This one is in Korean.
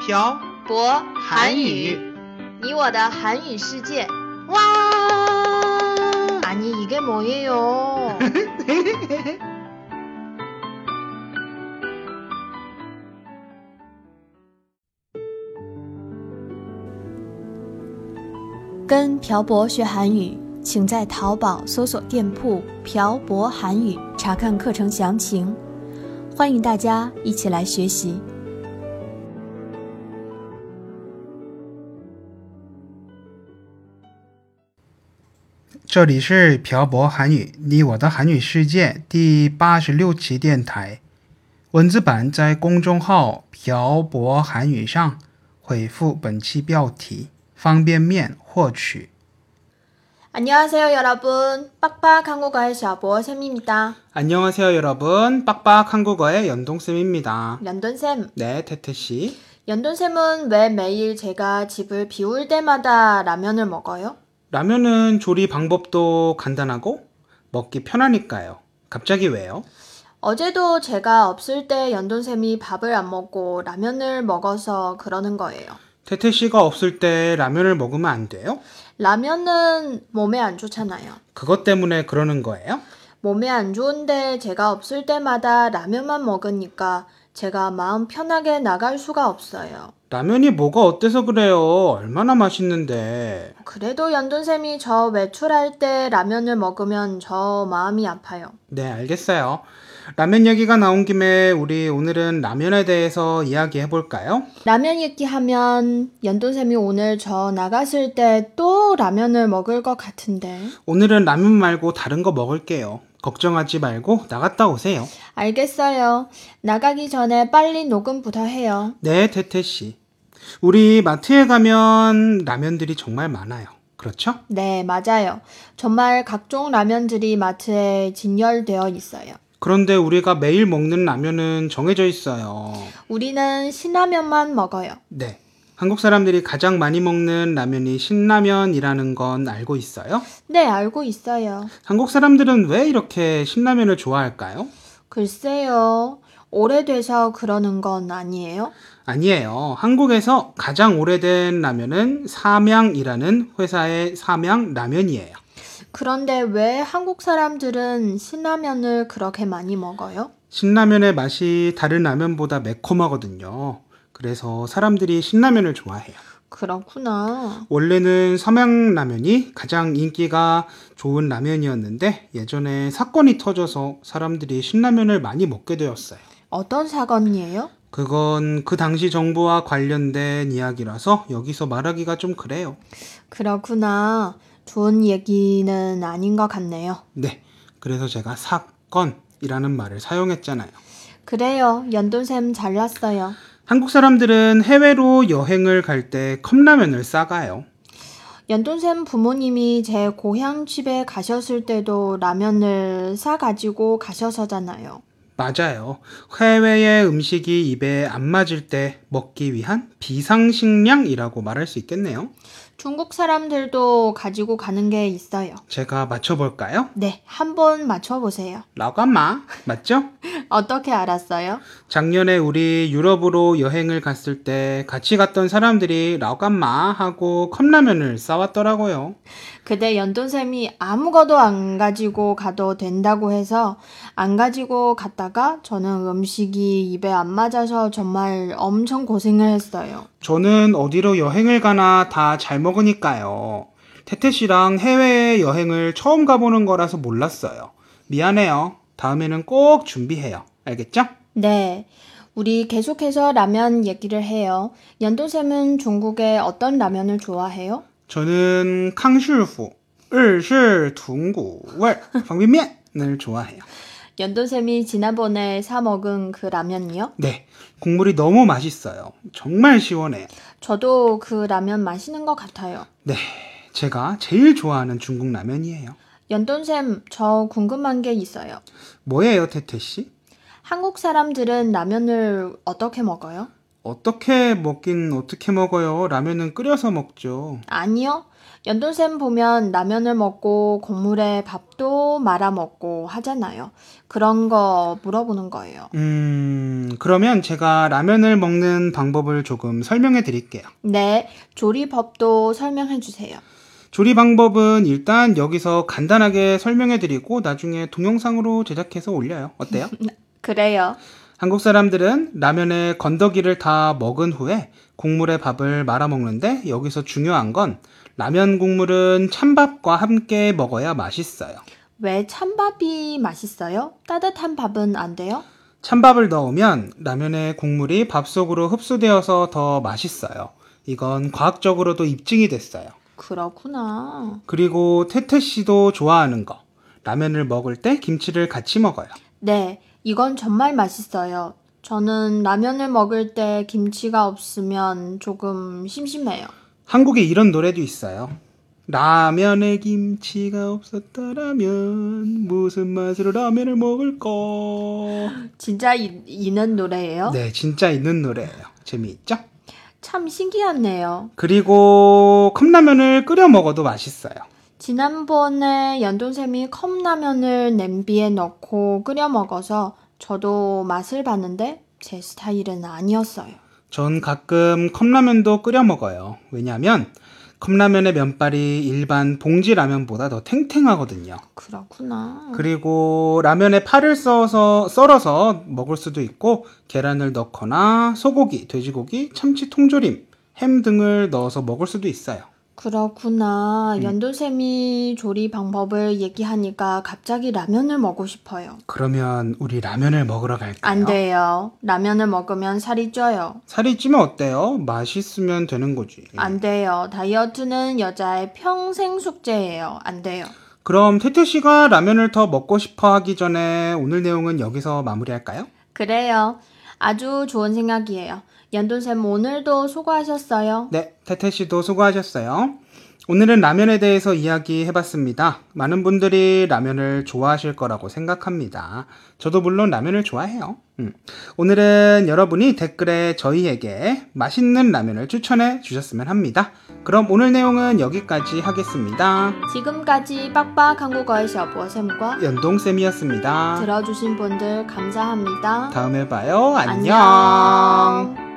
朴博韩语，你我的韩语世界。 哇！ 아니 이게 뭐예요? 跟朴博学韩语，请在淘宝搜索店铺“朴博韩语”查看课程详情。欢迎大家一起来学习。这里是朴博韩语，你我的韩语世界第八十六期电台，文字版在公众号“朴博韩语”上回复本期标题“方便面”获取。啊 안녕하세요 여러분. 빡빡 한국어의 샤보 쌤입니다. 안녕하세요 여러분, 빡빡 한국어의 연동쌤입니다. 연돈 쌤. 네, 태태 씨. 연돈 쌤은 왜 매일 제가 집을 비울 때마다 라면을 먹어요? 라면은 조리 방법도 간단하고 먹기 편하니까요. 갑자기 왜요? 어제도 제가 없을 때 연돈 쌤이 밥을 안 먹고 라면을 먹어서 그러는 거예요. 태태 씨가 없을 때 라면을 먹으면 안 돼요? 라면은 몸에 안 좋잖아요. 그것 때문에 그러는 거예요? 몸에 안 좋은데 제가 없을 때마다 라면만 먹으니까 제가 마음 편하게 나갈 수가 없어요. 라면이 뭐가 어때서 그래요? 얼마나 맛있는데. 그래도 연돈쌤이 저 외출할 때 라면을 먹으면 저 마음이 아파요. 네, 알겠어요. 라면 얘기가 나온 김에 우리 오늘은 라면에 대해서 이야기해 볼까요? 라면 읽기 하면 연돈쌤이 오늘 저 나갔을 때 또 라면을 먹을 것 같은데. 오늘은 라면 말고 다른 거 먹을게요. 걱정하지 말고 나갔다 오세요. 알겠어요. 나가기 전에 빨리 녹음부터 해요. 네, 태태 씨. 우리 마트에 가면 라면들이 정말 많아요. 그렇죠? 네, 맞아요. 정말 각종 라면들이 마트에 진열되어 있어요. 그런데 우리가 매일 먹는 라면은 정해져 있어요. 우리는 신라면만 먹어요. 네. 한국 사람들이 가장 많이 먹는 라면이 신라면이라는 건 알고 있어요? 네, 알고 있어요. 한국 사람들은 왜 이렇게 신라면을 좋아할까요? 글쎄요. 오래돼서 그러는 건 아니에요? 아니에요. 한국에서 가장 오래된 라면은 삼양이라는 회사의 삼양 라면이에요. 그런데 왜 한국 사람들은 신라면을 그렇게 많이 먹어요? 신라면의 맛이 다른 라면보다 매콤하거든요. 그래서 사람들이 신라면을 좋아해요. 그렇구나. 원래는 삼양라면이 가장 인기가 좋은 라면이었는데 예전에 사건이 터져서 사람들이 신라면을 많이 먹게 되었어요. 어떤 사건이에요? 그건 그 당시 정부와 관련된 이야기라서 여기서 말하기가 좀 그래요. 그렇구나. 좋은 얘기는 아닌 것 같네요. 네. 그래서 제가 사건이라는 말을 사용했잖아요. 그래요. 연돈샘 잘났어요. 한국 사람들은 해외로 여행을 갈 때 컵라면을 싸가요. 연돈샘 부모님이 제 고향 집에 가셨을 때도 라면을 싸가지고 가셔서잖아요. 맞아요. 해외의 음식이 입에 안 맞을 때 먹기 위한 비상식량이라고 말할 수 있겠네요. 중국 사람들도 가지고 가는 게 있어요. 제가 맞춰볼까요? 네, 한번 맞춰보세요. 라가마 맞죠? 어떻게 알았어요? 작년에 우리 유럽으로 여행을 갔을 때 같이 갔던 사람들이 라가마 하고 컵라면을 싸왔더라고요. 그때 연돈쌤이 아무것도 안 가지고 가도 된다고 해서 안 가지고 갔다가 저는 음식이 입에 안 맞아서 정말 엄청 고생을 했어요. 저는 어디로 여행을 가나 다 잘 먹으니까요. 태태 씨랑 해외 여행을 처음 가보는 거라서 몰랐어요. 미안해요. 다음에는 꼭 준비해요. 알겠죠? 네. 우리 계속해서 라면 얘기를 해요. 연돈쌤은 중국의 어떤 라면을 좋아해요? 저는 캉슈후, 을실 둥구월 방비면을 좋아해요. 연돈쌤이 지난번에 사 먹은 그 라면이요? 네, 국물이 너무 맛있어요. 정말 시원해요. 저도 그 라면 맛있는 것 같아요. 네, 제가 제일 좋아하는 중국 라면이에요. 연돈쌤, 저 궁금한 게 있어요. 뭐예요, 태태 씨? 한국 사람들은 라면을 어떻게 먹어요? 어떻게 먹긴 어떻게 먹어요? 라면은 끓여서 먹죠. 아니요. 연돈쌤 보면 라면을 먹고 국물에 밥도 말아 먹고 하잖아요. 그런 거 물어보는 거예요. 음, 음, 그러면 제가 라면을 먹는 방법을 조금 설명해 드릴게요. 네, 조리법도 설명해 주세요. 조리 방법은 일단 여기서 간단하게 설명해 드리고 나중에 동영상으로 제작해서 올려요. 어때요? 그래요. 한국 사람들은 라면에 건더기를 다 먹은 후에 국물에 밥을 말아 먹는데 여기서 중요한 건 라면 국물은 찬밥과 함께 먹어야 맛있어요. 왜 찬밥이 맛있어요? 따뜻한 밥은 안 돼요? 찬밥을 넣으면 라면의 국물이 밥 속으로 흡수되어서 더 맛있어요. 이건 과학적으로도 입증이 됐어요. 그렇구나. 그리고 태태 씨도 좋아하는 거. 라면을 먹을 때 김치를 같이 먹어요. 네, 이건 정말 맛있어요. 저는 라면을 먹을 때 김치가 없으면 조금 심심해요. 한국에 이런 노래도 있어요. 라면에 김치가 없었다라면 무슨 맛으로 라면을 먹을까? 진짜 이, 있는 노래예요? 네, 진짜 있는 노래예요. 재미있죠? 참 신기하네요. 그리고 컵라면을 끓여 먹어도 맛있어요. 지난번에 연돈쌤이 컵라면을 냄비에 넣고 끓여 먹어서 저도 맛을 봤는데 제 스타일은 아니었어요. 전 가끔 컵라면도 끓여 먹어요. 왜냐면 컵라면의 면발이 일반 봉지 라면보다 더 탱탱하거든요. 그렇구나. 음. 그리고 라면에 파를 써서 썰어서 먹을 수도 있고 계란을 넣거나 소고기, 돼지고기, 참치 통조림, 햄 등을 넣어서 먹을 수도 있어요. 그렇구나. 음. 연돈쌤이 조리 방법을 얘기하니까 갑자기 라면을 먹고 싶어요. 그러면 우리 라면을 먹으러 갈까요? 안 돼요. 라면을 먹으면 살이 쪄요. 살이 찌면 어때요? 맛있으면 되는 거지. 안 돼요. 다이어트는 여자의 평생 숙제예요. 안 돼요. 그럼 태태 씨가 라면을 더 먹고 싶어 하기 전에 오늘 내용은 여기서 마무리할까요? 그래요. 아주 좋은 생각이에요. 연돈쌤 오늘도 수고하셨어요. 네, 태태 씨도 수고하셨어요. 오늘은 라면에 대해서 이야기해봤습니다. 많은 분들이 라면을 좋아하실 거라고 생각합니다. 저도 물론 라면을 좋아해요. 음. 오늘은 여러분이 댓글에 저희에게 맛있는 라면을 추천해 주셨으면 합니다. 그럼 오늘 내용은 여기까지 하겠습니다. 지금까지 빡빡 한국어의 샤보쌤과 예. 연동쌤이었습니다. 들어주신 분들 감사합니다. 다음에 봐요. 안녕.